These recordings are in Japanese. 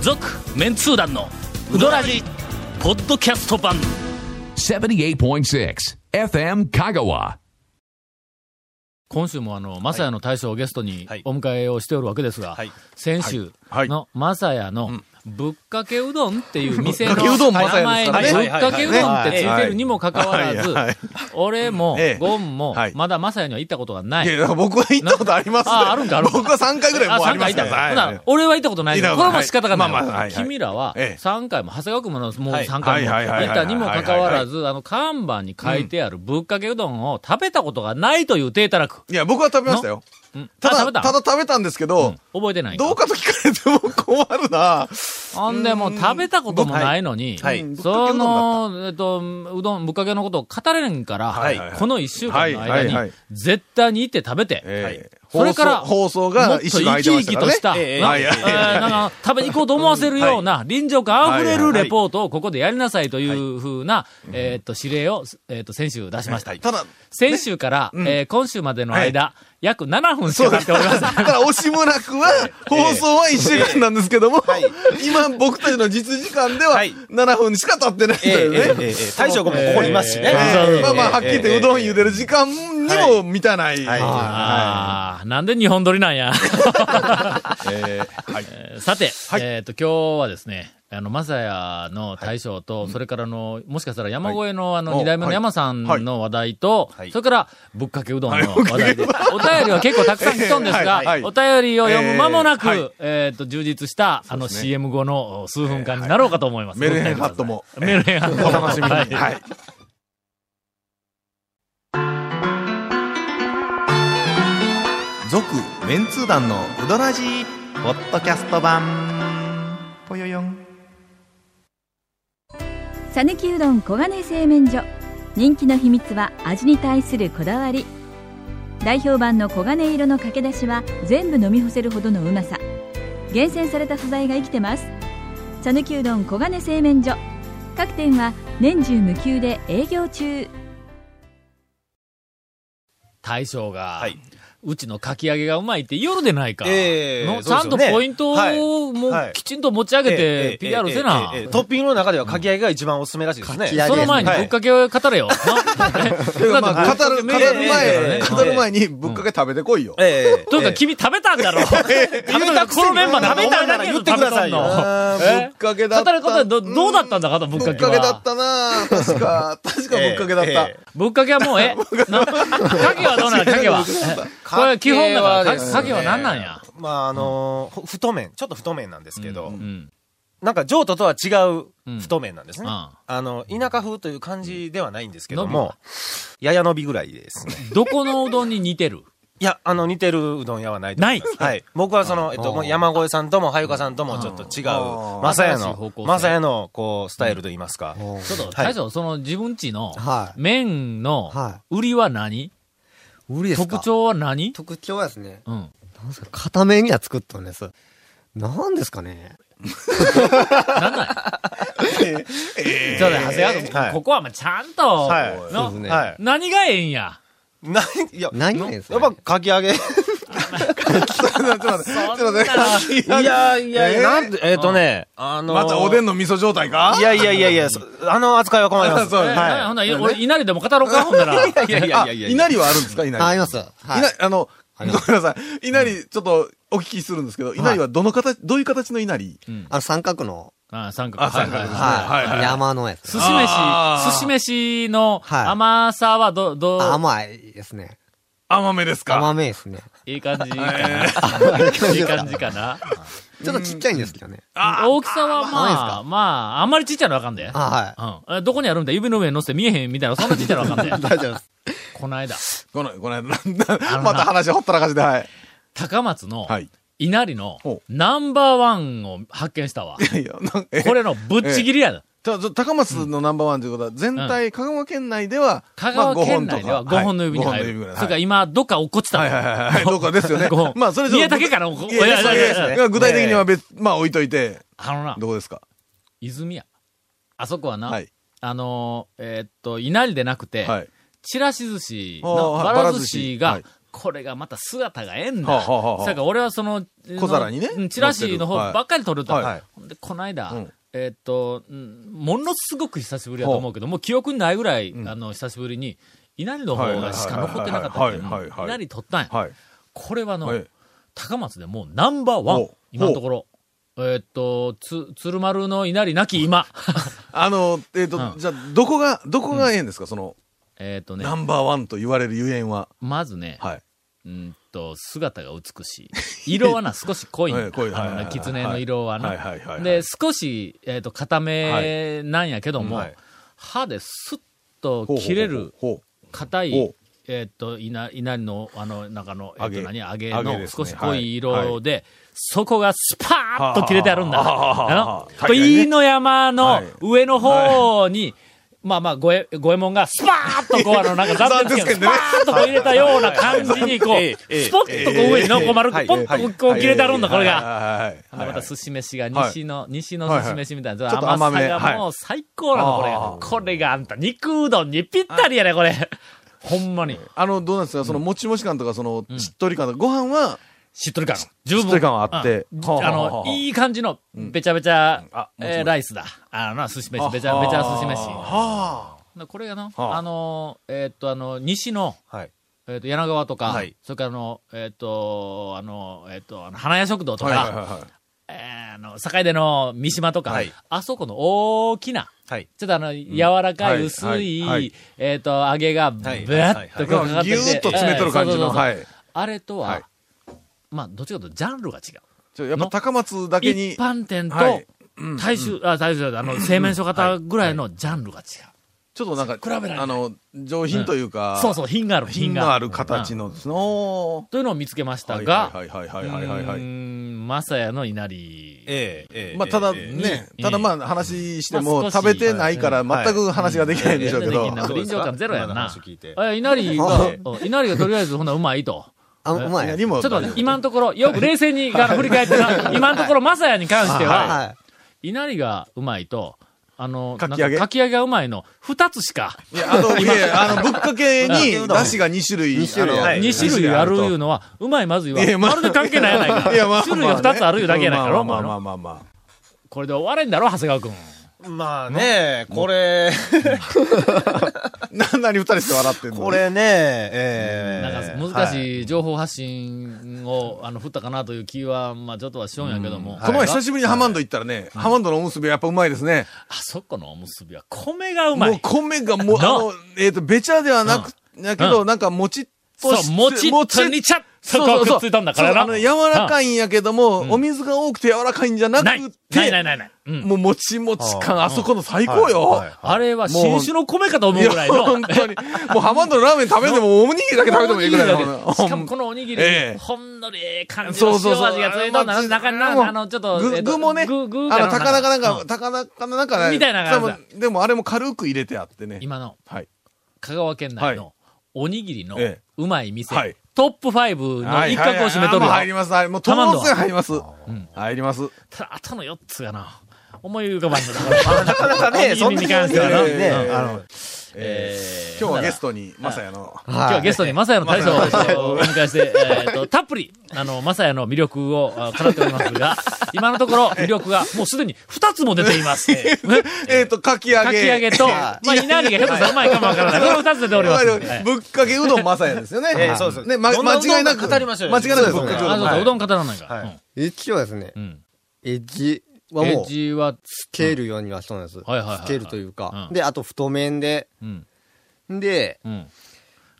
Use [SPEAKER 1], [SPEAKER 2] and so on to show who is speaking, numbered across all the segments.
[SPEAKER 1] 続メンツー団のウドラジポッドキャスト版
[SPEAKER 2] 78.6 FM Kagawa.
[SPEAKER 3] 今週もあの、マサヤの大将をゲストに
[SPEAKER 4] はい
[SPEAKER 3] お迎えをしておるわけですが、
[SPEAKER 4] はい
[SPEAKER 3] 先週
[SPEAKER 4] はい
[SPEAKER 3] のマサヤのぶっかけうどんっていう店の
[SPEAKER 4] ぶっかけうどんマサ
[SPEAKER 3] 名
[SPEAKER 4] ヤで
[SPEAKER 3] 前
[SPEAKER 4] す
[SPEAKER 3] に
[SPEAKER 4] か
[SPEAKER 3] ぶっ
[SPEAKER 4] らね
[SPEAKER 3] かけうどんってついてるにもかかわらず
[SPEAKER 4] はいはい、
[SPEAKER 3] 俺も
[SPEAKER 4] ええ
[SPEAKER 3] ゴンも
[SPEAKER 4] はい
[SPEAKER 3] まだマサヤには行ったことがないい。
[SPEAKER 4] や、だから僕は行ったことありますね
[SPEAKER 3] ああるんかあるんか
[SPEAKER 4] 僕は3回ぐらいもうありま
[SPEAKER 3] 回
[SPEAKER 4] す
[SPEAKER 3] 行
[SPEAKER 4] ね
[SPEAKER 3] った。ほ
[SPEAKER 4] は
[SPEAKER 3] ない俺は行ったことないけど
[SPEAKER 4] 行っ
[SPEAKER 3] こ
[SPEAKER 4] た
[SPEAKER 3] れ
[SPEAKER 4] こと
[SPEAKER 3] はもう仕方が
[SPEAKER 4] はいまあまあは
[SPEAKER 3] ない
[SPEAKER 4] はい
[SPEAKER 3] い。君らは
[SPEAKER 4] ええ
[SPEAKER 3] 3回も、長谷川君ももう
[SPEAKER 4] はい
[SPEAKER 3] 3回も
[SPEAKER 4] はいはいはいはい
[SPEAKER 3] 行ったにもかかわらず、あの、看板に書いてあるぶっかけうどんを食べたことがないという体たらく。
[SPEAKER 4] いや、僕は食べましたよ。
[SPEAKER 3] うん
[SPEAKER 4] た
[SPEAKER 3] あ食
[SPEAKER 4] だ、
[SPEAKER 3] べた
[SPEAKER 4] ただ食べたんですけど、
[SPEAKER 3] 覚えてない
[SPEAKER 4] どうかと聞かれても困るな。
[SPEAKER 3] ほんで、もう食べたこともないのに、
[SPEAKER 4] はいはい
[SPEAKER 3] その、えっと、うどん、ぶっかけのことを語れんから、
[SPEAKER 4] はい
[SPEAKER 3] この一週間の間
[SPEAKER 4] は
[SPEAKER 3] に
[SPEAKER 4] いはいはい、
[SPEAKER 3] 絶対に行って食べて、
[SPEAKER 4] ええ
[SPEAKER 3] それから、
[SPEAKER 4] 放送
[SPEAKER 3] も
[SPEAKER 4] 放送が
[SPEAKER 3] っと
[SPEAKER 4] 一
[SPEAKER 3] 生
[SPEAKER 4] 週間空
[SPEAKER 3] き
[SPEAKER 4] いて
[SPEAKER 3] 生
[SPEAKER 4] まし
[SPEAKER 3] き
[SPEAKER 4] たか
[SPEAKER 3] と
[SPEAKER 4] らね
[SPEAKER 3] した、
[SPEAKER 4] ええ
[SPEAKER 3] な
[SPEAKER 4] はい
[SPEAKER 3] え
[SPEAKER 4] はい
[SPEAKER 3] ーなんか食べに行こうと思わせるような、臨場感あふれるレポートをここでやりなさいというふうな、えっと、指令を、えっと、先週出しました。
[SPEAKER 4] ただ、
[SPEAKER 3] 先週から、えー今週までの間、約7分し
[SPEAKER 4] そう
[SPEAKER 3] か出
[SPEAKER 4] で
[SPEAKER 3] し
[SPEAKER 4] す。
[SPEAKER 3] ておりません
[SPEAKER 4] だから、押村くんは、放送は1週間なんですけども、今、僕たちの実時間では、
[SPEAKER 5] はい
[SPEAKER 4] 7分しか経ってないと
[SPEAKER 5] えええ
[SPEAKER 4] いうね。
[SPEAKER 5] えええ大将君もここにいますしね。
[SPEAKER 4] ええまあまあ、はっきり言って、
[SPEAKER 5] ええ
[SPEAKER 4] うどん茹でる時間にも満たない。
[SPEAKER 5] はい
[SPEAKER 3] ああ、なんで日本撮りなん や。
[SPEAKER 4] ええはい
[SPEAKER 3] えーさて、えっ、と、今日はですね、あの、まさやの大将と、それからあの、もしかしたら山越えの、あの、
[SPEAKER 4] お
[SPEAKER 3] 二代目の
[SPEAKER 4] はい
[SPEAKER 3] 山さんの話題と、
[SPEAKER 5] い
[SPEAKER 3] それから、ぶっかけうどんの話題で、お便りは結構たくさん来とんですが、
[SPEAKER 4] はいはい
[SPEAKER 3] お便りを読む間もなく、
[SPEAKER 4] え
[SPEAKER 3] え
[SPEAKER 4] ーは
[SPEAKER 3] っ、
[SPEAKER 4] い
[SPEAKER 3] と、充実した、あの、CM 後の数分間になろうかと思います。
[SPEAKER 4] メルヘンハットも。
[SPEAKER 3] メルヘンハット
[SPEAKER 4] お楽しみに。
[SPEAKER 3] はい
[SPEAKER 4] はい。
[SPEAKER 6] 続メンツー団のウドラジーポッドキャスト版ぽよよん
[SPEAKER 7] さぬきうどん黄金製麺所人気の秘密は味に対するこだわり代表版の黄金色のかけだしは全部飲み干せるほどのうまさ厳選された素材が生きてますさぬきうどん黄金製麺所各店は年中無休で営業中
[SPEAKER 3] 大将が、
[SPEAKER 5] はいう
[SPEAKER 3] ちのかき揚げがうまいって言るでないか。
[SPEAKER 5] ええ
[SPEAKER 3] のち
[SPEAKER 5] そう
[SPEAKER 3] ゃ
[SPEAKER 5] です
[SPEAKER 3] んと
[SPEAKER 5] よね
[SPEAKER 3] ポイント
[SPEAKER 5] はい
[SPEAKER 3] を、もう
[SPEAKER 5] はい
[SPEAKER 3] きちんと持ち上げ
[SPEAKER 5] え
[SPEAKER 3] て
[SPEAKER 5] え、
[SPEAKER 3] PR
[SPEAKER 5] ええ
[SPEAKER 3] せな
[SPEAKER 5] え。えええトッピングの中ではかき揚げが一番おすすめらしいですね。
[SPEAKER 3] その前にぶっかけを語れ よ。
[SPEAKER 4] まあ、語る、語る前、
[SPEAKER 5] ええ
[SPEAKER 4] 語る前にぶっかけ食べてこいよ。
[SPEAKER 5] ええ
[SPEAKER 3] というか、君食べたんだろ食べた、このメンバー食べたんだろ
[SPEAKER 5] 言ってくださいよ
[SPEAKER 4] あーぶっかけだっ
[SPEAKER 3] 語
[SPEAKER 4] た。
[SPEAKER 3] ることはどどうだったんだかと、ぶっ
[SPEAKER 4] ぶっ
[SPEAKER 3] か
[SPEAKER 4] か
[SPEAKER 3] け
[SPEAKER 4] けだっ
[SPEAKER 3] は。
[SPEAKER 4] たな確か、確かぶっかけだった。
[SPEAKER 5] ええ
[SPEAKER 3] ぶっかけはもう、え、なかけはどうなのかけは。これ基本だから、
[SPEAKER 5] です
[SPEAKER 3] か
[SPEAKER 5] ね
[SPEAKER 3] かけは何なんや。
[SPEAKER 5] まああのー、ふ太麺、ちょっと太麺なんですけ
[SPEAKER 3] う
[SPEAKER 5] ど、
[SPEAKER 3] ん。
[SPEAKER 5] なんか譲渡とは違う太麺なんですね。
[SPEAKER 3] うん
[SPEAKER 5] あの、田舎風という感じではないんですけど
[SPEAKER 3] 伸び
[SPEAKER 5] も、やや伸びぐらいですね。
[SPEAKER 3] どこのうどんに似てる
[SPEAKER 5] いや、あの、似てるうどん屋はないと思います。
[SPEAKER 3] ない
[SPEAKER 5] はい。僕はその、えっと、もう山越さんとも、はゆかさんともちょっと違う、まさや
[SPEAKER 3] 新しい方
[SPEAKER 5] の
[SPEAKER 3] 向性、
[SPEAKER 5] まさやの、こう、スタイルといいますか。
[SPEAKER 3] ちょっと、
[SPEAKER 5] はい
[SPEAKER 3] 大将、その自分ちの
[SPEAKER 8] はい。
[SPEAKER 3] 麺の
[SPEAKER 8] は
[SPEAKER 3] 売りは何
[SPEAKER 8] 売りですか
[SPEAKER 3] 特徴は何
[SPEAKER 8] 特徴はですね。
[SPEAKER 3] うん。
[SPEAKER 8] なんですか片面には作ったんです。なんですかね
[SPEAKER 3] なんなんやちょっと、長谷川君
[SPEAKER 5] はい
[SPEAKER 3] ここはまあちゃんと、
[SPEAKER 5] はい
[SPEAKER 3] の
[SPEAKER 8] そうですね
[SPEAKER 5] はい。
[SPEAKER 3] 何がええんや。
[SPEAKER 5] ない、いや、
[SPEAKER 8] 何がいいです
[SPEAKER 5] や
[SPEAKER 8] か
[SPEAKER 5] っ
[SPEAKER 8] ね
[SPEAKER 5] ぱ、かき揚げ。い
[SPEAKER 3] そんな
[SPEAKER 5] やいやいや、なんて、えっとね、あのー、
[SPEAKER 4] またおでんの味噌状態か
[SPEAKER 5] いやいやいやいや、そあの扱いは困ります。
[SPEAKER 4] そう
[SPEAKER 3] えなほ
[SPEAKER 5] は
[SPEAKER 3] んなら、俺、稲荷でも語ろうか、ほんな ら。
[SPEAKER 5] い。いやいやいやいや
[SPEAKER 4] あ、
[SPEAKER 5] い
[SPEAKER 4] 稲荷はあるんですか稲荷。
[SPEAKER 8] あ、います。はい
[SPEAKER 4] いな。あの、ご
[SPEAKER 8] あ
[SPEAKER 4] め
[SPEAKER 8] り
[SPEAKER 4] ん
[SPEAKER 8] ま
[SPEAKER 4] なさい。稲荷、ちょっとお聞きするんですけど、稲荷はどの形、どういう形の稲荷
[SPEAKER 8] あの、三角の、
[SPEAKER 3] あ三角。はいはいはい
[SPEAKER 4] はいはいは
[SPEAKER 8] はいい。山のやつ。
[SPEAKER 3] 寿司飯、寿司飯の
[SPEAKER 8] はい
[SPEAKER 3] 甘さはど、どう、
[SPEAKER 8] あ甘いですね。
[SPEAKER 4] 甘めですか
[SPEAKER 8] 甘めですね。
[SPEAKER 3] いい感じか な。いい感じかな。
[SPEAKER 8] ちょっとちっちゃいんですけどね。
[SPEAKER 3] 大きさは
[SPEAKER 8] 甘いん
[SPEAKER 3] まあ、まあ、あんまりちっちゃいのはあかんで。
[SPEAKER 8] あ、は
[SPEAKER 3] うんえ。どこにあるんだ指の上に乗せて見えへんみたいな、そんなちっちゃいのはあかんで。
[SPEAKER 8] い。大丈夫です。
[SPEAKER 3] この間、
[SPEAKER 4] この、この間、 また話ほったらかしで、はい。
[SPEAKER 3] 高松の
[SPEAKER 4] はい。
[SPEAKER 3] 稲荷の
[SPEAKER 4] ほ
[SPEAKER 3] ナンバーワンを発見したわ。
[SPEAKER 4] いやい や、なんえ
[SPEAKER 3] これのぶっちぎりや。
[SPEAKER 4] ただ高松のナンバーワンということは、全体、香川県内では、
[SPEAKER 3] 香
[SPEAKER 4] まあ
[SPEAKER 3] 川
[SPEAKER 4] 五
[SPEAKER 3] 県
[SPEAKER 4] 本と
[SPEAKER 3] 内
[SPEAKER 4] か
[SPEAKER 3] では5本の指に
[SPEAKER 4] はい
[SPEAKER 3] 入
[SPEAKER 4] 五本の指ぐ
[SPEAKER 3] る。
[SPEAKER 4] らい
[SPEAKER 3] それから
[SPEAKER 4] はい
[SPEAKER 3] 今、どっか落っこちたの
[SPEAKER 4] はいはいはいはい。どうかですよね
[SPEAKER 3] 五本。
[SPEAKER 4] まあ、それちょっと
[SPEAKER 3] 宮武からも
[SPEAKER 4] いやいやいやいやいやいや、具体的には別、まあ置いといて、
[SPEAKER 3] あのな、
[SPEAKER 4] どうですか
[SPEAKER 3] 泉屋。あそこはな、
[SPEAKER 4] はい。
[SPEAKER 3] あのーえーっと、稲荷でなくて、
[SPEAKER 4] はい。
[SPEAKER 3] ちらし寿司
[SPEAKER 4] あー
[SPEAKER 3] の
[SPEAKER 4] はい
[SPEAKER 3] ばら寿司が
[SPEAKER 4] ばら寿司、
[SPEAKER 3] これがまた姿がええん
[SPEAKER 9] は
[SPEAKER 3] だ。
[SPEAKER 9] あはあはあ
[SPEAKER 3] そやから俺はその、
[SPEAKER 9] 小皿にね
[SPEAKER 3] うんチラシの方
[SPEAKER 9] 載ってるはい
[SPEAKER 3] ばっかり撮ると。
[SPEAKER 9] はい
[SPEAKER 3] ほんで、この間、
[SPEAKER 9] うん
[SPEAKER 3] えーっと、うんものすごく久しぶりだと思うけど、もう記憶にないぐらい、あの、久しぶりに、稲荷の方がしか残ってなかったっていう
[SPEAKER 9] はいはいはいはいはいはい
[SPEAKER 3] 稲荷撮ったんや。
[SPEAKER 9] はい。
[SPEAKER 3] これはあの、
[SPEAKER 9] はい
[SPEAKER 3] 高松でもうナンバーワ
[SPEAKER 9] ほ
[SPEAKER 3] ン
[SPEAKER 9] う。
[SPEAKER 3] 今のところ。えーっと、つ、鶴丸の稲荷なき 今。
[SPEAKER 9] あの、えっ、と、
[SPEAKER 3] うん
[SPEAKER 9] じゃあ、どこが、どこがええんですか、その、
[SPEAKER 3] えーっとね
[SPEAKER 9] ナ、ンバーワンと言われるゆえんは。
[SPEAKER 3] まずね、
[SPEAKER 9] はい。
[SPEAKER 3] うんと、姿が美しい。色はな、少し濃いんだ。
[SPEAKER 9] ええ濃いはい
[SPEAKER 3] あの
[SPEAKER 9] はい
[SPEAKER 3] ね
[SPEAKER 9] はい
[SPEAKER 3] 狐の色は
[SPEAKER 9] はいはいはいはいは
[SPEAKER 3] な。
[SPEAKER 9] い
[SPEAKER 3] で、少し、えっと、固めなんやけども、
[SPEAKER 9] はい
[SPEAKER 3] 歯ですっと切れる、
[SPEAKER 9] ほうほうほう
[SPEAKER 3] 硬
[SPEAKER 9] ほ、
[SPEAKER 3] いうえっと、稲稲荷の、あの、中の、えっ
[SPEAKER 9] 揚
[SPEAKER 3] と、
[SPEAKER 9] げ
[SPEAKER 3] 何揚げ
[SPEAKER 9] 揚げ
[SPEAKER 3] の
[SPEAKER 9] です
[SPEAKER 3] 少
[SPEAKER 9] ね
[SPEAKER 3] し濃い
[SPEAKER 9] はい
[SPEAKER 3] 色で、そこがスパーッと切れてあるんだ。
[SPEAKER 9] はあはあはあはあ
[SPEAKER 3] あ
[SPEAKER 9] はあ
[SPEAKER 3] の、と、飯野山の
[SPEAKER 9] はい
[SPEAKER 3] 上の方に、まあまあ、ごえ、ごえもんが、スパーッとこう、あの、なんか残念ですけど、スパーッとこう入れたような感じに、こ
[SPEAKER 9] え
[SPEAKER 3] う、
[SPEAKER 9] え
[SPEAKER 3] スポッとこう上にの、こう丸く、ポンとこうこう切れてあるんだ、これが。
[SPEAKER 9] はいはいはいはい
[SPEAKER 3] また寿司飯が
[SPEAKER 9] はい
[SPEAKER 3] 西の、西の
[SPEAKER 9] はい
[SPEAKER 3] 寿司飯みたいな、
[SPEAKER 9] ちょっと甘
[SPEAKER 3] 甘
[SPEAKER 9] め
[SPEAKER 3] さがもう最高なの、これが。これがあんた、肉うどんにぴったりやね、これ。ほんまに。
[SPEAKER 9] あの、どうなんですか、その、もちもち感とか、その、しっとり感とか、ご飯は、
[SPEAKER 3] しっとり感。十分。
[SPEAKER 9] しっとり感はあって
[SPEAKER 3] うん
[SPEAKER 9] はあは
[SPEAKER 3] あ
[SPEAKER 9] あは
[SPEAKER 3] の、
[SPEAKER 9] あ
[SPEAKER 3] いい感じの、べちゃべちゃ、
[SPEAKER 9] あもち
[SPEAKER 3] えーライスだ。あのな、寿司飯、べちゃべちゃ寿司飯。なこれがな、
[SPEAKER 9] あ
[SPEAKER 3] あの、えーっと、あの、西の、
[SPEAKER 5] はい。
[SPEAKER 3] えーっと、柳川とか、
[SPEAKER 5] はい
[SPEAKER 3] それからあの、えーっと、あの、えーっと、あの花屋食堂とか、
[SPEAKER 9] はいはいはいはい
[SPEAKER 3] えーあの、境出の三島とか、
[SPEAKER 5] はい
[SPEAKER 3] あそこの大きな、
[SPEAKER 5] はい。
[SPEAKER 3] ちょっとあの、柔らかい、薄い、
[SPEAKER 9] はいはい
[SPEAKER 3] えっ、と、揚げが、ブ
[SPEAKER 5] はい
[SPEAKER 3] ワッとこうかかってて、
[SPEAKER 9] ぎゅーっと詰めとる感じ
[SPEAKER 3] ええ
[SPEAKER 9] の、
[SPEAKER 3] そうそうそう
[SPEAKER 9] はい。
[SPEAKER 3] あれとは、
[SPEAKER 9] はい
[SPEAKER 3] まあ、どっちかというとジャンルが違う。
[SPEAKER 9] ちょやっぱ高松だけに
[SPEAKER 3] 一、般店と、
[SPEAKER 9] はい
[SPEAKER 3] 大衆、あ、大衆じゃないあの、製麺所型ぐらいのジャンルが違う。
[SPEAKER 9] ちょっとなんか、
[SPEAKER 3] 比べられない
[SPEAKER 9] あの、上品というか、
[SPEAKER 3] そうそう、品がある、
[SPEAKER 9] 品のある
[SPEAKER 3] う
[SPEAKER 9] 形
[SPEAKER 3] ん
[SPEAKER 9] の、その、
[SPEAKER 3] というのを見つけましたが、
[SPEAKER 9] はいはいはいはいはいは
[SPEAKER 3] うー
[SPEAKER 9] い。
[SPEAKER 3] ん、まさやの稲荷。
[SPEAKER 5] ええ、ええ。
[SPEAKER 9] まあ、ただ
[SPEAKER 5] ええ
[SPEAKER 9] ね、
[SPEAKER 3] ええ
[SPEAKER 9] ただまあ話して
[SPEAKER 3] ま
[SPEAKER 9] も
[SPEAKER 3] あ少し
[SPEAKER 9] 食べてないから
[SPEAKER 5] はい
[SPEAKER 9] 全く話ができないんでしょうけど、
[SPEAKER 3] 全然できんな
[SPEAKER 5] そう
[SPEAKER 3] 臨
[SPEAKER 5] ですか
[SPEAKER 3] 場感ゼロやん
[SPEAKER 5] 今の
[SPEAKER 3] な
[SPEAKER 5] 話聞いて。
[SPEAKER 3] あ稲荷が、うん稲荷がとりあえず、ほな、うまいと。
[SPEAKER 8] あ、うまい。
[SPEAKER 9] 何も
[SPEAKER 3] ちょっと待って、
[SPEAKER 9] 大丈夫
[SPEAKER 3] 今のところ、よく冷静にあの振り返って な、今のところ、まさやに関しては、
[SPEAKER 8] はい。
[SPEAKER 3] 稲荷がうまいと、あの、
[SPEAKER 9] かき揚げ
[SPEAKER 3] なんかき揚げがうまいの、二つしか、
[SPEAKER 9] いや、あと、いや、あの、ぶっかけに、だしが2種類。
[SPEAKER 8] 2種類
[SPEAKER 9] あの
[SPEAKER 5] はい
[SPEAKER 3] 二種類あるいうのは、うまいまずいは、まるで関係ないやないか。種類が二つあるいうだけやないか、ロ
[SPEAKER 9] まあま
[SPEAKER 3] の
[SPEAKER 9] あまあまあまあ。
[SPEAKER 3] これで終われんだろ、長谷川くん。
[SPEAKER 5] まあね、これ、
[SPEAKER 9] な、なに二人して笑ってんの
[SPEAKER 5] これね、
[SPEAKER 3] な
[SPEAKER 5] ええ。
[SPEAKER 3] んか難しい情報発信を、あの、振ったかなという気は、まあちょっとはしようんやけども。
[SPEAKER 9] この前久
[SPEAKER 3] し
[SPEAKER 9] しぶりにハマンド行ったらね、ハマンドのおむすびはやっぱうまいですね。
[SPEAKER 3] あそこのおむすびは、米がうま
[SPEAKER 9] もう
[SPEAKER 3] い。
[SPEAKER 9] 米がもう、あの、えっと、べちゃではなく、だけど、なんかもちっ
[SPEAKER 3] そ
[SPEAKER 9] と
[SPEAKER 3] う、もちっとにちゃっと
[SPEAKER 9] そ
[SPEAKER 3] こ
[SPEAKER 9] うそうう
[SPEAKER 3] く
[SPEAKER 9] そ
[SPEAKER 3] っ
[SPEAKER 9] う。
[SPEAKER 3] ついたんだから
[SPEAKER 9] そう
[SPEAKER 3] な。
[SPEAKER 9] あの柔らかいんやけども、お水が多くて柔らかいんじゃな
[SPEAKER 3] ない。な
[SPEAKER 9] く
[SPEAKER 3] いない
[SPEAKER 9] て、
[SPEAKER 3] ないない。うん
[SPEAKER 9] もうもちもち感、あそこの最高よ。
[SPEAKER 3] あれは新種の米かと思う
[SPEAKER 9] い
[SPEAKER 3] ぐら
[SPEAKER 9] や、
[SPEAKER 3] いの。
[SPEAKER 9] 本当に。もうハマンドのラーメン食べても、おにぎりだけ食べてもいいぐらいの。
[SPEAKER 3] しかもこのおにぎり
[SPEAKER 9] ええ
[SPEAKER 3] に、ほんのりええ感じ
[SPEAKER 9] そ
[SPEAKER 3] の
[SPEAKER 9] うそう
[SPEAKER 3] 塩
[SPEAKER 9] そう。
[SPEAKER 3] 味がついたんだ
[SPEAKER 9] まあ
[SPEAKER 3] 中に
[SPEAKER 9] も
[SPEAKER 3] な、
[SPEAKER 9] う
[SPEAKER 3] あの、ちょっと、え
[SPEAKER 9] 具
[SPEAKER 3] っと
[SPEAKER 9] 具もね、あ
[SPEAKER 3] 具、具
[SPEAKER 9] の、高
[SPEAKER 3] か
[SPEAKER 9] 菜かなん
[SPEAKER 3] う
[SPEAKER 9] か、
[SPEAKER 3] ん
[SPEAKER 9] 高菜かなんかね、
[SPEAKER 3] みたいな感じだ
[SPEAKER 9] 多分でもあれも軽く入れてあってね。
[SPEAKER 3] 今の、
[SPEAKER 9] はい。
[SPEAKER 3] 香川県内の、おにぎりの
[SPEAKER 9] ええ、
[SPEAKER 3] うまい店
[SPEAKER 9] はい、
[SPEAKER 3] トップ5の一角を占めと
[SPEAKER 9] はいはいはいあもう
[SPEAKER 3] る
[SPEAKER 9] 入
[SPEAKER 3] よ。
[SPEAKER 9] ります。はいもう、ト
[SPEAKER 3] ハマンド
[SPEAKER 9] ロス入ります。入ります。
[SPEAKER 3] ただ、あとの4つがな、思い浮かばんのだ から。なかなか
[SPEAKER 5] ね
[SPEAKER 3] そんに関してはな。
[SPEAKER 9] ええ
[SPEAKER 5] あの、
[SPEAKER 3] ええ
[SPEAKER 9] 今日はゲストに、まさやの。
[SPEAKER 3] 今日はゲストにまさやの大将をお迎えして、えーと、たっぷり、あの、まさやの魅力をあ語っております が、今のところ魅力がもうすでに2つも出てい ます。ね
[SPEAKER 9] えっと、かき揚げ。
[SPEAKER 3] かき揚げと、まあ、稲荷がひょっとしたらうまいかもわからない。これ2つ出ております。
[SPEAKER 9] いわゆ
[SPEAKER 3] はい
[SPEAKER 9] るぶっかけうどんまさやですよね。
[SPEAKER 5] ええそうです
[SPEAKER 9] ね、ま
[SPEAKER 5] どんなうどんか
[SPEAKER 9] 間違いなく。
[SPEAKER 5] 語りましょうよ
[SPEAKER 9] 間違いなくぶっか
[SPEAKER 3] あ、
[SPEAKER 9] けう
[SPEAKER 3] そう
[SPEAKER 9] どん。
[SPEAKER 3] だ、
[SPEAKER 9] は
[SPEAKER 3] う
[SPEAKER 9] い
[SPEAKER 3] どん語らないから。
[SPEAKER 5] は
[SPEAKER 8] 一応ですね
[SPEAKER 3] う、ん。
[SPEAKER 8] エッジ
[SPEAKER 3] う
[SPEAKER 8] は
[SPEAKER 3] ん。エ
[SPEAKER 8] も
[SPEAKER 3] ッ
[SPEAKER 8] う、ス
[SPEAKER 3] ジは、
[SPEAKER 8] ケールようにはしたんです。ス
[SPEAKER 3] はいはいはいはい
[SPEAKER 8] ケールというか
[SPEAKER 3] う。ん
[SPEAKER 8] で、あと太麺で。
[SPEAKER 3] うん。
[SPEAKER 8] で、
[SPEAKER 3] うん。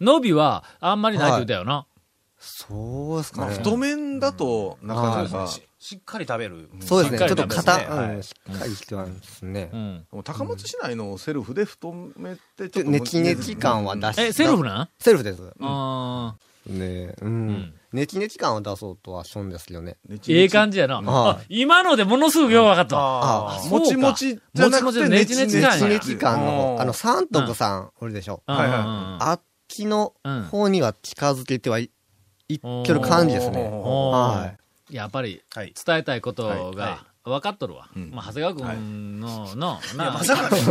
[SPEAKER 3] 伸びは、あんまりないって言ったよな。
[SPEAKER 8] そうです
[SPEAKER 9] ま
[SPEAKER 8] か
[SPEAKER 9] あ
[SPEAKER 8] ね。
[SPEAKER 9] 太麺だと、なかな
[SPEAKER 5] そうで
[SPEAKER 9] か
[SPEAKER 5] すね。ししっかり食べる。
[SPEAKER 8] そうですね。
[SPEAKER 3] しっ
[SPEAKER 8] ちょ
[SPEAKER 3] か
[SPEAKER 8] っ
[SPEAKER 3] り
[SPEAKER 8] と
[SPEAKER 3] 食べます
[SPEAKER 5] ね
[SPEAKER 8] 型、
[SPEAKER 5] はい
[SPEAKER 8] うん、しっかりしてますね
[SPEAKER 3] う。ん。
[SPEAKER 9] もう高松市内のセルフで太めってち
[SPEAKER 8] ち
[SPEAKER 9] ょ
[SPEAKER 8] ょ
[SPEAKER 9] っ
[SPEAKER 8] っ
[SPEAKER 9] と。
[SPEAKER 8] とネチネチ感は出して。
[SPEAKER 3] え、セルフなん
[SPEAKER 8] セルフです。
[SPEAKER 3] あー
[SPEAKER 8] ねうんん。ネチネチ感を出そうとはしょんですけどね。
[SPEAKER 9] ネチネチ
[SPEAKER 3] ええ感じやな。あ今のでものすごくよくわかったわ。
[SPEAKER 5] あ
[SPEAKER 8] あ
[SPEAKER 3] そうか
[SPEAKER 9] もちもちじゃなくて
[SPEAKER 3] もちもちのネチネチ感
[SPEAKER 8] ネチ
[SPEAKER 3] や
[SPEAKER 8] ネチ感の
[SPEAKER 9] うん
[SPEAKER 8] 方、あの、三徳さんおるでしょ。
[SPEAKER 3] うん
[SPEAKER 9] はいはい
[SPEAKER 3] うんうんうん
[SPEAKER 8] あっちの方には近づけてはい、いっける感じですね。
[SPEAKER 9] おー
[SPEAKER 3] おー
[SPEAKER 8] は
[SPEAKER 3] やっぱり
[SPEAKER 5] はい
[SPEAKER 3] 伝えたいこと
[SPEAKER 5] はい
[SPEAKER 3] が分かっとるわ。まあ、長谷川君の、の、まあ
[SPEAKER 5] まさか、こん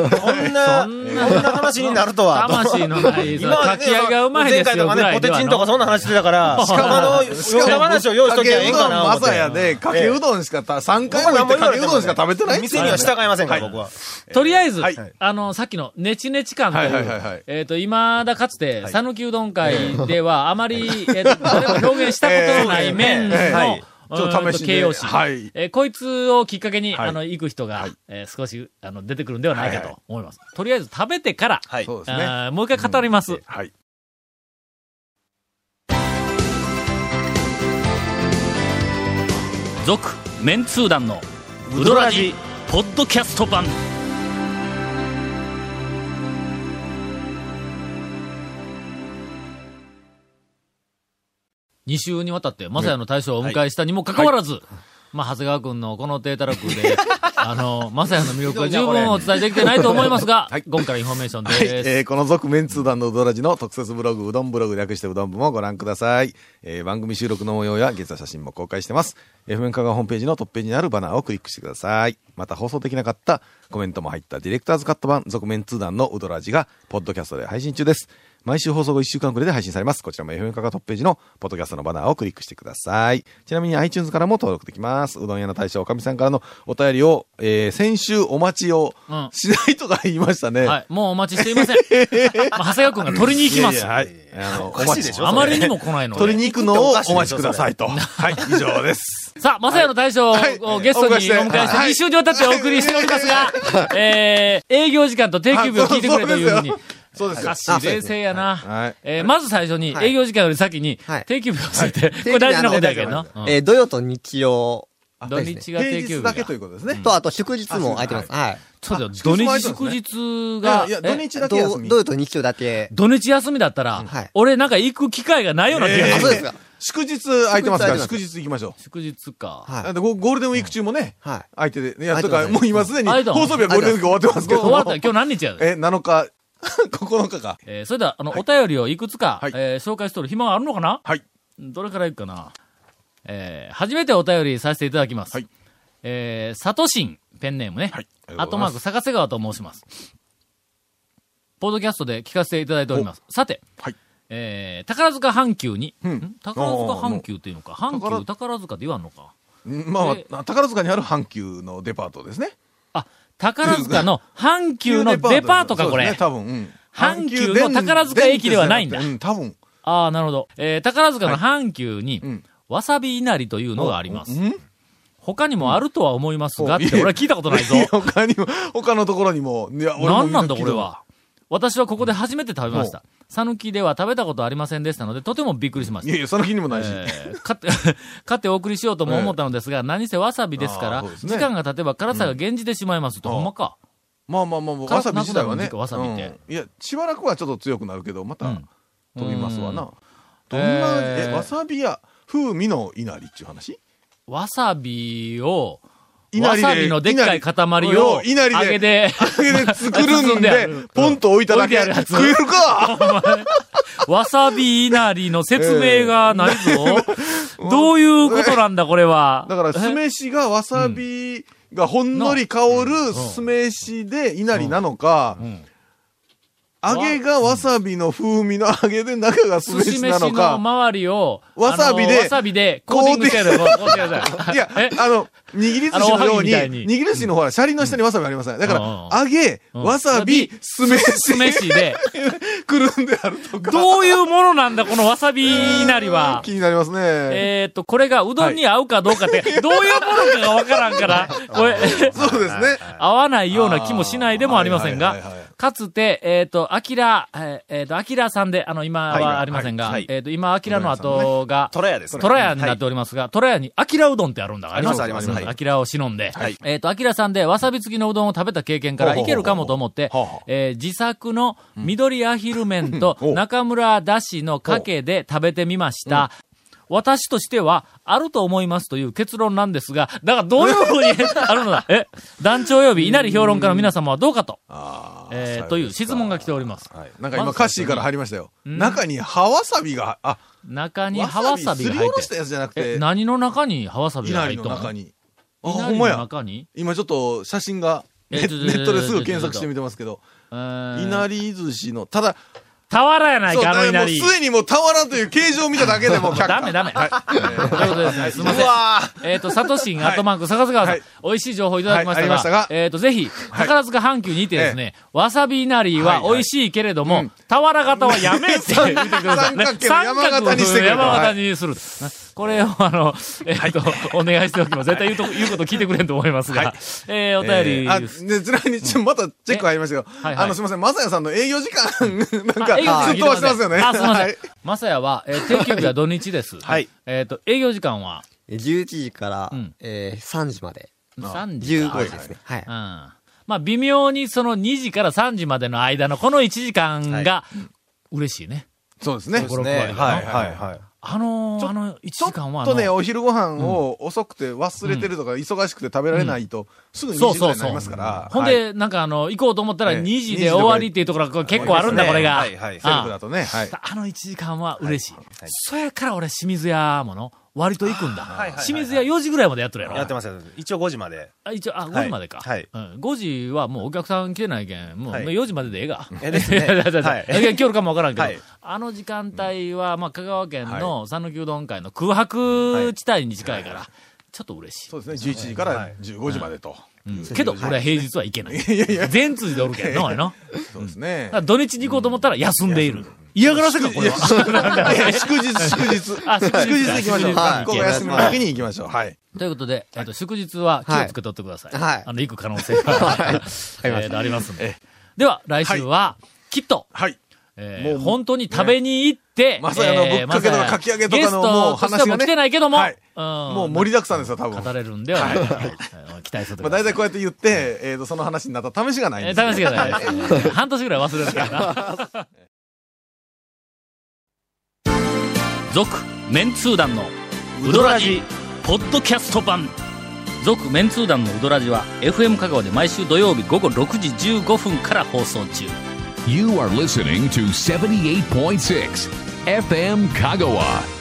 [SPEAKER 5] な、こんな話になるとは。
[SPEAKER 3] 魂のない、その
[SPEAKER 5] まあ
[SPEAKER 3] か
[SPEAKER 5] ね
[SPEAKER 3] き揚げがうまいですよ
[SPEAKER 5] 前回とか
[SPEAKER 3] ぐら
[SPEAKER 5] ね、
[SPEAKER 3] い
[SPEAKER 5] ポ
[SPEAKER 3] で
[SPEAKER 5] テ
[SPEAKER 3] は
[SPEAKER 5] チンと
[SPEAKER 3] の。
[SPEAKER 5] かそんな話してたから、
[SPEAKER 3] そう
[SPEAKER 5] 鹿の、 鹿話を用意しときゃええんかな。
[SPEAKER 9] かけうどんまさやで、かけうどんしかた、3回も行ってかけうどんしか食べてないっす
[SPEAKER 5] 店
[SPEAKER 9] よ
[SPEAKER 5] に
[SPEAKER 9] ね
[SPEAKER 5] は従いませんから、僕は。
[SPEAKER 3] とりあえず
[SPEAKER 9] はい、
[SPEAKER 3] あの、さっきのネチネチ感とい
[SPEAKER 9] はいはいはいは
[SPEAKER 3] う
[SPEAKER 9] い、
[SPEAKER 3] えっと、今だかつて、讃岐うどん会で は、あまり、えっと、誰も表現したことのない麺の、
[SPEAKER 9] えーはいちょっと
[SPEAKER 3] うん
[SPEAKER 9] 試しで
[SPEAKER 3] 形容詞。
[SPEAKER 9] はい
[SPEAKER 3] えーこいつをきっかけに、
[SPEAKER 9] はい
[SPEAKER 3] あの、行く人が、えー少し、あの、出てくるんではないかと思います。とりあえず食べてから、
[SPEAKER 5] はい。
[SPEAKER 9] そうですね。
[SPEAKER 3] あーもう一回語ります。
[SPEAKER 9] はい。
[SPEAKER 1] 続メンツー団のウドラジポッドキャスト版
[SPEAKER 3] 2週にわたって、まさやの大将をお迎えしたにもかかわらず、まあ、長谷川君のこの低たらくで、あの、まさやの魅力は十分お伝えできてないと思います が、今回インフォメーション
[SPEAKER 9] はい、
[SPEAKER 3] です。
[SPEAKER 9] えーこの続面通談のうどらじの特設ブログ、うどんブログ略してうどん部もご覧ください。えー番組収録の模様や月座写真も公開してます。FM 香川ホームページのトップページにあるバナーをクリックしてください。また放送できなかったコメントも入ったディレクターズカット版続面通談のうどらじが、ポッドキャストで配信中です。毎週放送後1週間くらいで配信されます。こちらも FM 香川トップページのポッドキャストのバナーをクリックしてください。ちなみに iTunes からも登録できます。うどん屋の大将おかみさんからのお便りを、えー先週お待ちを
[SPEAKER 3] うん
[SPEAKER 9] しないとか言いましたね。
[SPEAKER 3] はい、もうお待ちしていません。まあ、長谷川君が取りに行きます。
[SPEAKER 9] いやいやはい。あの、お
[SPEAKER 5] おかしいでしょ
[SPEAKER 3] あまりにも来ないの
[SPEAKER 9] 取
[SPEAKER 3] で。
[SPEAKER 9] りに行くのをお待ちくださいと。はい、以上です。
[SPEAKER 3] さあ、まさやの大将
[SPEAKER 9] はい
[SPEAKER 3] をゲストにお迎えして、
[SPEAKER 9] はい
[SPEAKER 3] 2週にわたってお送りしておりますが、えー、営業時間と定休日を聞いてくれというふうに
[SPEAKER 9] あ。そうですよ。
[SPEAKER 3] 歌詞
[SPEAKER 9] そうですよ
[SPEAKER 3] 冷静やな。
[SPEAKER 9] はい
[SPEAKER 3] えーまず最初に、営業時間より先に
[SPEAKER 8] はい、
[SPEAKER 3] 定休日をついて、これ大事なことやけどな。うん
[SPEAKER 8] えー土曜と日曜。
[SPEAKER 3] 土日が定休
[SPEAKER 9] 平日
[SPEAKER 3] 日
[SPEAKER 9] だ
[SPEAKER 3] が。
[SPEAKER 9] けということですね。
[SPEAKER 8] と、あと祝日も空いてます。はい。
[SPEAKER 3] そうだよ、土
[SPEAKER 9] 祝
[SPEAKER 3] 日
[SPEAKER 9] 日も空いてます
[SPEAKER 3] 祝
[SPEAKER 9] ね
[SPEAKER 3] 日
[SPEAKER 9] いや
[SPEAKER 3] が
[SPEAKER 9] いや、、土
[SPEAKER 3] え
[SPEAKER 9] 日だけ
[SPEAKER 8] ど
[SPEAKER 9] 休
[SPEAKER 8] う
[SPEAKER 9] み
[SPEAKER 8] 土。曜と日曜だけ。
[SPEAKER 3] 土日休みだったら
[SPEAKER 8] はい、
[SPEAKER 3] 俺なんか行く機会がないような気が
[SPEAKER 8] あ、
[SPEAKER 3] す
[SPEAKER 8] そう
[SPEAKER 3] る。
[SPEAKER 8] ですか。
[SPEAKER 9] 祝日空いてますから、
[SPEAKER 8] 祝
[SPEAKER 9] 祝日行きましょ
[SPEAKER 3] 祝日か。
[SPEAKER 9] う。
[SPEAKER 8] は
[SPEAKER 9] だっ
[SPEAKER 8] い。
[SPEAKER 9] てゴゴールデンウィーク中もね、
[SPEAKER 8] はい。
[SPEAKER 9] 空いてて、いや、と
[SPEAKER 8] 空い
[SPEAKER 9] か、
[SPEAKER 8] てます
[SPEAKER 9] もう今すでに、
[SPEAKER 3] 空いてます
[SPEAKER 9] 放送日はゴールデンウィーク終わってますけど
[SPEAKER 3] 終わった。
[SPEAKER 9] も、
[SPEAKER 3] 今日何日や
[SPEAKER 9] え、7日、9日か。
[SPEAKER 3] えーそれでは、あの、お便りをいくつか、
[SPEAKER 9] はい
[SPEAKER 3] えー紹介しとる暇はあるのかな
[SPEAKER 9] はい。
[SPEAKER 3] どれからいくかなえー初めてお便りさせていただきます。
[SPEAKER 9] はい
[SPEAKER 3] えーサトシン、ペンネームね。
[SPEAKER 9] はい。ありが
[SPEAKER 3] あ
[SPEAKER 9] と
[SPEAKER 3] と
[SPEAKER 9] うござ
[SPEAKER 3] マー
[SPEAKER 9] いま
[SPEAKER 3] ク、
[SPEAKER 9] す
[SPEAKER 3] 坂瀬川と申します。ポードキャストで聞かせていただいております。さて、
[SPEAKER 9] はい
[SPEAKER 3] えー宝塚阪急に、
[SPEAKER 9] うん
[SPEAKER 3] ん宝塚阪急っていうのか、阪急
[SPEAKER 9] 宝
[SPEAKER 3] 宝塚で言わんのか。
[SPEAKER 9] うんまあまあ、宝塚にある阪急のデパートですね。
[SPEAKER 3] あ、宝塚の阪急のデパートか、こ
[SPEAKER 9] そう
[SPEAKER 3] れ
[SPEAKER 9] ですね。多分、うん
[SPEAKER 3] 阪急の宝塚駅ではないんだ
[SPEAKER 9] う多分。
[SPEAKER 3] ああ、なるほど。えー宝塚の阪急に、
[SPEAKER 9] うん
[SPEAKER 3] わさび稲荷というのがあります
[SPEAKER 9] う。ん
[SPEAKER 3] 他にもあるとは思いますが、
[SPEAKER 9] う
[SPEAKER 3] っ
[SPEAKER 9] ん
[SPEAKER 3] て俺は聞いたことないぞ
[SPEAKER 9] いや。他にも、他のところにも、いや、 俺も
[SPEAKER 3] 何なんだ
[SPEAKER 9] 見
[SPEAKER 3] これ
[SPEAKER 9] たけど。
[SPEAKER 3] は。私はここで初めて食べました。讃岐では食べたことありませんでしたので、とてもびっくりしまし
[SPEAKER 9] い
[SPEAKER 3] た。
[SPEAKER 9] やいや、その気にもないし。
[SPEAKER 3] えー買って、 買ってお送りしようとも思ったのですが、何せわさびですか
[SPEAKER 9] あ
[SPEAKER 3] ら、
[SPEAKER 9] ーそうです
[SPEAKER 3] 時
[SPEAKER 9] ね
[SPEAKER 3] 間が経てば辛さが減じてしまいますと、
[SPEAKER 9] うん
[SPEAKER 3] ほんまか。
[SPEAKER 9] まあまあまあ、
[SPEAKER 3] 辛
[SPEAKER 9] わさ
[SPEAKER 3] く
[SPEAKER 9] び
[SPEAKER 3] なく
[SPEAKER 9] 自
[SPEAKER 3] な
[SPEAKER 9] 体
[SPEAKER 3] るも
[SPEAKER 9] は
[SPEAKER 3] ん
[SPEAKER 9] ね。
[SPEAKER 3] わさびって
[SPEAKER 9] うんいや、しばらくはちょっと強くなるけど、ま
[SPEAKER 3] う
[SPEAKER 9] た
[SPEAKER 3] ん
[SPEAKER 9] 飛びますわな。どん
[SPEAKER 3] え
[SPEAKER 9] な、
[SPEAKER 3] ー
[SPEAKER 9] え、わさびや風味の稲荷っていう話
[SPEAKER 3] わさびを、
[SPEAKER 9] 稲
[SPEAKER 3] わ
[SPEAKER 9] 荷で
[SPEAKER 3] さびのでっかい塊を、
[SPEAKER 9] 稲荷で
[SPEAKER 3] 揚げで、
[SPEAKER 9] それで作る
[SPEAKER 3] 包ん
[SPEAKER 9] ん
[SPEAKER 3] であ
[SPEAKER 9] で
[SPEAKER 3] る、
[SPEAKER 9] ポンと置いただけ
[SPEAKER 3] 置いてあるやつ
[SPEAKER 9] 食えるか
[SPEAKER 3] わさび稲荷の説明がない ぞ。どういうことなんだ、これは。
[SPEAKER 9] だから、酢
[SPEAKER 3] え
[SPEAKER 9] 飯がわさびがほんのり香る酢飯で稲荷なのか、
[SPEAKER 3] ん
[SPEAKER 9] 揚げがわさびの風味の揚げで中が酢
[SPEAKER 3] 寿司
[SPEAKER 9] 飯な
[SPEAKER 3] 飯
[SPEAKER 9] の
[SPEAKER 3] の
[SPEAKER 9] か。
[SPEAKER 3] 周りを、
[SPEAKER 9] わさびで
[SPEAKER 3] あのわさびで、コーティングしてやる。コーティングしてやる、
[SPEAKER 9] いや
[SPEAKER 3] え
[SPEAKER 9] あの、握り寿司のように、
[SPEAKER 3] あのおはぎみたいに
[SPEAKER 9] 握り寿司のほら、シャリの下にわさびありません。だか
[SPEAKER 3] うん
[SPEAKER 9] ら、揚げ、
[SPEAKER 3] うん
[SPEAKER 9] わさび、酢飯、
[SPEAKER 3] 酢飯で、
[SPEAKER 9] くるんであるとか。
[SPEAKER 3] どういうものなんだ、このわさび稲荷は。
[SPEAKER 9] 気になりますね。
[SPEAKER 3] えーっと、これがうどんに合うかどうかって、 どういうものかがわからん から、これ、
[SPEAKER 9] そうですね。
[SPEAKER 3] 合わないような気もしないでもありません
[SPEAKER 9] あーはいはい
[SPEAKER 3] が
[SPEAKER 9] はいはい、
[SPEAKER 3] かつて、えーっと、アキラ、えーえーっと、アキラさんで、あの、今はありませんが、
[SPEAKER 5] はいはい
[SPEAKER 3] えーっと、今、アキラの後が、
[SPEAKER 5] トラヤですね。
[SPEAKER 3] トラヤになっておりますが、トラヤに、アキラうどんってあるんだが
[SPEAKER 5] ありますありますはい
[SPEAKER 3] アキラを忍んで、
[SPEAKER 5] はい
[SPEAKER 3] えっ、と、アキラさんでわさび付きのうどんを食べた経験からい
[SPEAKER 9] ほうほうほ
[SPEAKER 3] け
[SPEAKER 9] う
[SPEAKER 3] るかもと思って
[SPEAKER 9] はあはあ、
[SPEAKER 3] えー自作の緑アヒル麺と
[SPEAKER 9] うんお
[SPEAKER 3] 中村だしのかけで食べてみました。私としては、あると思いますという結論なんですが、だからどういうふうに あるのだえ、団長及び稲荷評論家の皆様はどうかと、
[SPEAKER 9] あー
[SPEAKER 3] えーという質問が来ております。
[SPEAKER 9] はい。なんか今、カッシーから入りましたよ。中に葉わさびが、あ、
[SPEAKER 3] 中に葉わさびが
[SPEAKER 9] すり
[SPEAKER 3] 入
[SPEAKER 9] お
[SPEAKER 3] っ
[SPEAKER 9] ろしてたやつじゃなく
[SPEAKER 3] え、
[SPEAKER 9] て、
[SPEAKER 3] 何の中に葉わさびが入
[SPEAKER 9] 稲荷
[SPEAKER 3] っ
[SPEAKER 9] の
[SPEAKER 3] とんの
[SPEAKER 9] 中に。あ、
[SPEAKER 3] いな
[SPEAKER 9] ほ
[SPEAKER 3] り
[SPEAKER 9] んま
[SPEAKER 3] の
[SPEAKER 9] や。
[SPEAKER 3] 中に
[SPEAKER 9] 今ちょっと写真がネ
[SPEAKER 3] え
[SPEAKER 9] ネ
[SPEAKER 3] ちょちょちょ
[SPEAKER 9] ットですぐ検索してみてますけど、
[SPEAKER 3] えー
[SPEAKER 9] いなり寿司の、ただ、
[SPEAKER 3] 俵やない
[SPEAKER 9] そう、
[SPEAKER 3] か、あの
[SPEAKER 9] だ
[SPEAKER 3] い
[SPEAKER 9] か
[SPEAKER 3] な
[SPEAKER 9] らもう
[SPEAKER 3] り。
[SPEAKER 9] すでにもうたまらんという形状を見ただけでもう却下
[SPEAKER 3] ダメダメ。はい。ということですね。すみません。えっと、サトシン、アットマーク、坂津川さん
[SPEAKER 9] はい、
[SPEAKER 3] 美味しい情報いただきま
[SPEAKER 9] はいありまし
[SPEAKER 3] したた
[SPEAKER 9] が
[SPEAKER 3] が、えっと、ぜひ、宝塚阪急にてですね、わさびいなりは美味しいけれど
[SPEAKER 9] はいは
[SPEAKER 3] も、俵型はやめって言ってくださいね。
[SPEAKER 9] 三角形の山形にしてくれと
[SPEAKER 3] 山形にする。なこれを、あの、えっと、お願いしておきます。絶対言うと、言うこと聞いてくれんと思いますが、えー、お便
[SPEAKER 9] え
[SPEAKER 3] り
[SPEAKER 9] ー、あ、ね、ちなみに、ちょまたチェック入りましたけど、
[SPEAKER 3] はいはい
[SPEAKER 9] あの、すみません、まさやさんの営業時間、 なんか、
[SPEAKER 3] あ営業
[SPEAKER 9] ずっ
[SPEAKER 3] 時
[SPEAKER 9] と
[SPEAKER 3] 間
[SPEAKER 9] はしてますよね。
[SPEAKER 3] あ、すみませ
[SPEAKER 9] は
[SPEAKER 3] ん。まさやは、えー定休日は土日です。
[SPEAKER 9] はい
[SPEAKER 3] えっと、営業時間は
[SPEAKER 8] 11時から、
[SPEAKER 3] うん
[SPEAKER 8] えー3時まで。
[SPEAKER 3] 3時か。
[SPEAKER 8] 15時ですね。はい。
[SPEAKER 3] うんまあ、微妙にその2時から3時までの間のこの1時間が、嬉しいね。
[SPEAKER 9] そうですね。
[SPEAKER 5] ね。はいはいはい。
[SPEAKER 3] あのーあの1
[SPEAKER 9] ちょ
[SPEAKER 3] 時間は
[SPEAKER 9] っ
[SPEAKER 3] あ
[SPEAKER 9] とね、
[SPEAKER 3] の、
[SPEAKER 9] お昼ご飯を遅くて忘れてるとか、忙しくて食べられないと、すぐ2
[SPEAKER 3] そう
[SPEAKER 9] 時ぐ
[SPEAKER 3] そそう
[SPEAKER 9] らいうになりますから。
[SPEAKER 3] ほん
[SPEAKER 9] はい、
[SPEAKER 3] で、なんかあの、行こうと思ったら
[SPEAKER 9] ええ
[SPEAKER 3] 2時で終わりっていうところが結構あるんだ、これが。
[SPEAKER 5] はいはい。
[SPEAKER 9] セルフだとね、はい。
[SPEAKER 3] あの1時間は嬉しい。そやから俺、清水屋もの、割と行くんだ。
[SPEAKER 5] はいはいはい
[SPEAKER 3] 清水屋4時ぐらいまでやっとるやろ。
[SPEAKER 5] やってますやってます一応5時まで。
[SPEAKER 3] あ一応、あ、5時までか。
[SPEAKER 5] はい
[SPEAKER 3] うん、5時はもうお客さん来てないけん、もう
[SPEAKER 5] はい
[SPEAKER 3] 4時まででええが。
[SPEAKER 5] えですね
[SPEAKER 3] いやいやいやいや
[SPEAKER 5] はい
[SPEAKER 3] いや今日かもわからんけど、
[SPEAKER 5] はい
[SPEAKER 3] あの時間帯は、まあ、香川県の讃岐うどん会の空白地帯に近いから、ちょっと嬉しい。
[SPEAKER 9] そうですね、11時から15時までと。
[SPEAKER 3] うんけど、俺は平日はいけない。全通じでおるけんの、俺の。
[SPEAKER 9] そうですね
[SPEAKER 3] だか。ら土日に行こうと思ったら休んでいる。嫌がらせか、これは。
[SPEAKER 9] いや祝日、祝日。
[SPEAKER 3] あ祝日か
[SPEAKER 9] 祝日行きましょ
[SPEAKER 3] 祝
[SPEAKER 9] う。
[SPEAKER 3] 日か
[SPEAKER 9] 学校が休みの時に行きましょう。はい。
[SPEAKER 3] ということで、えっと、祝日は気をつけとってください。
[SPEAKER 8] はい
[SPEAKER 3] あの、行く可能性が、えっとありますんで。では、来週は、きっと、
[SPEAKER 9] はい。
[SPEAKER 3] え
[SPEAKER 9] も
[SPEAKER 3] ー
[SPEAKER 9] う
[SPEAKER 3] 本当に食べに行って、
[SPEAKER 9] まさやのぶっかけとか
[SPEAKER 3] えー
[SPEAKER 9] かき揚げとかの
[SPEAKER 3] まさや
[SPEAKER 9] もう
[SPEAKER 3] ゲストとして
[SPEAKER 9] 話
[SPEAKER 3] も
[SPEAKER 9] が
[SPEAKER 3] 来
[SPEAKER 9] ね。
[SPEAKER 3] てないけども、
[SPEAKER 9] はい
[SPEAKER 3] うん
[SPEAKER 9] もう盛りだくさんですよ、多分。
[SPEAKER 3] 語れるんではないかなうん期待しておいて
[SPEAKER 9] まあ、
[SPEAKER 3] くだ
[SPEAKER 9] 大
[SPEAKER 3] さ
[SPEAKER 9] 体
[SPEAKER 3] い。
[SPEAKER 9] こうやって言って、えーと、その話になったら試しがないん
[SPEAKER 3] え
[SPEAKER 9] で
[SPEAKER 3] ー
[SPEAKER 9] すよ
[SPEAKER 3] 楽しみださい。 半年ぐらい忘れるからな。
[SPEAKER 1] 続メンツー団のウドラジポッドキャスト版続メンツー団のウドラジは FM 香川で毎週土曜日午後6時15分から放送中
[SPEAKER 2] You are listening to 78.6 FM Kagawa.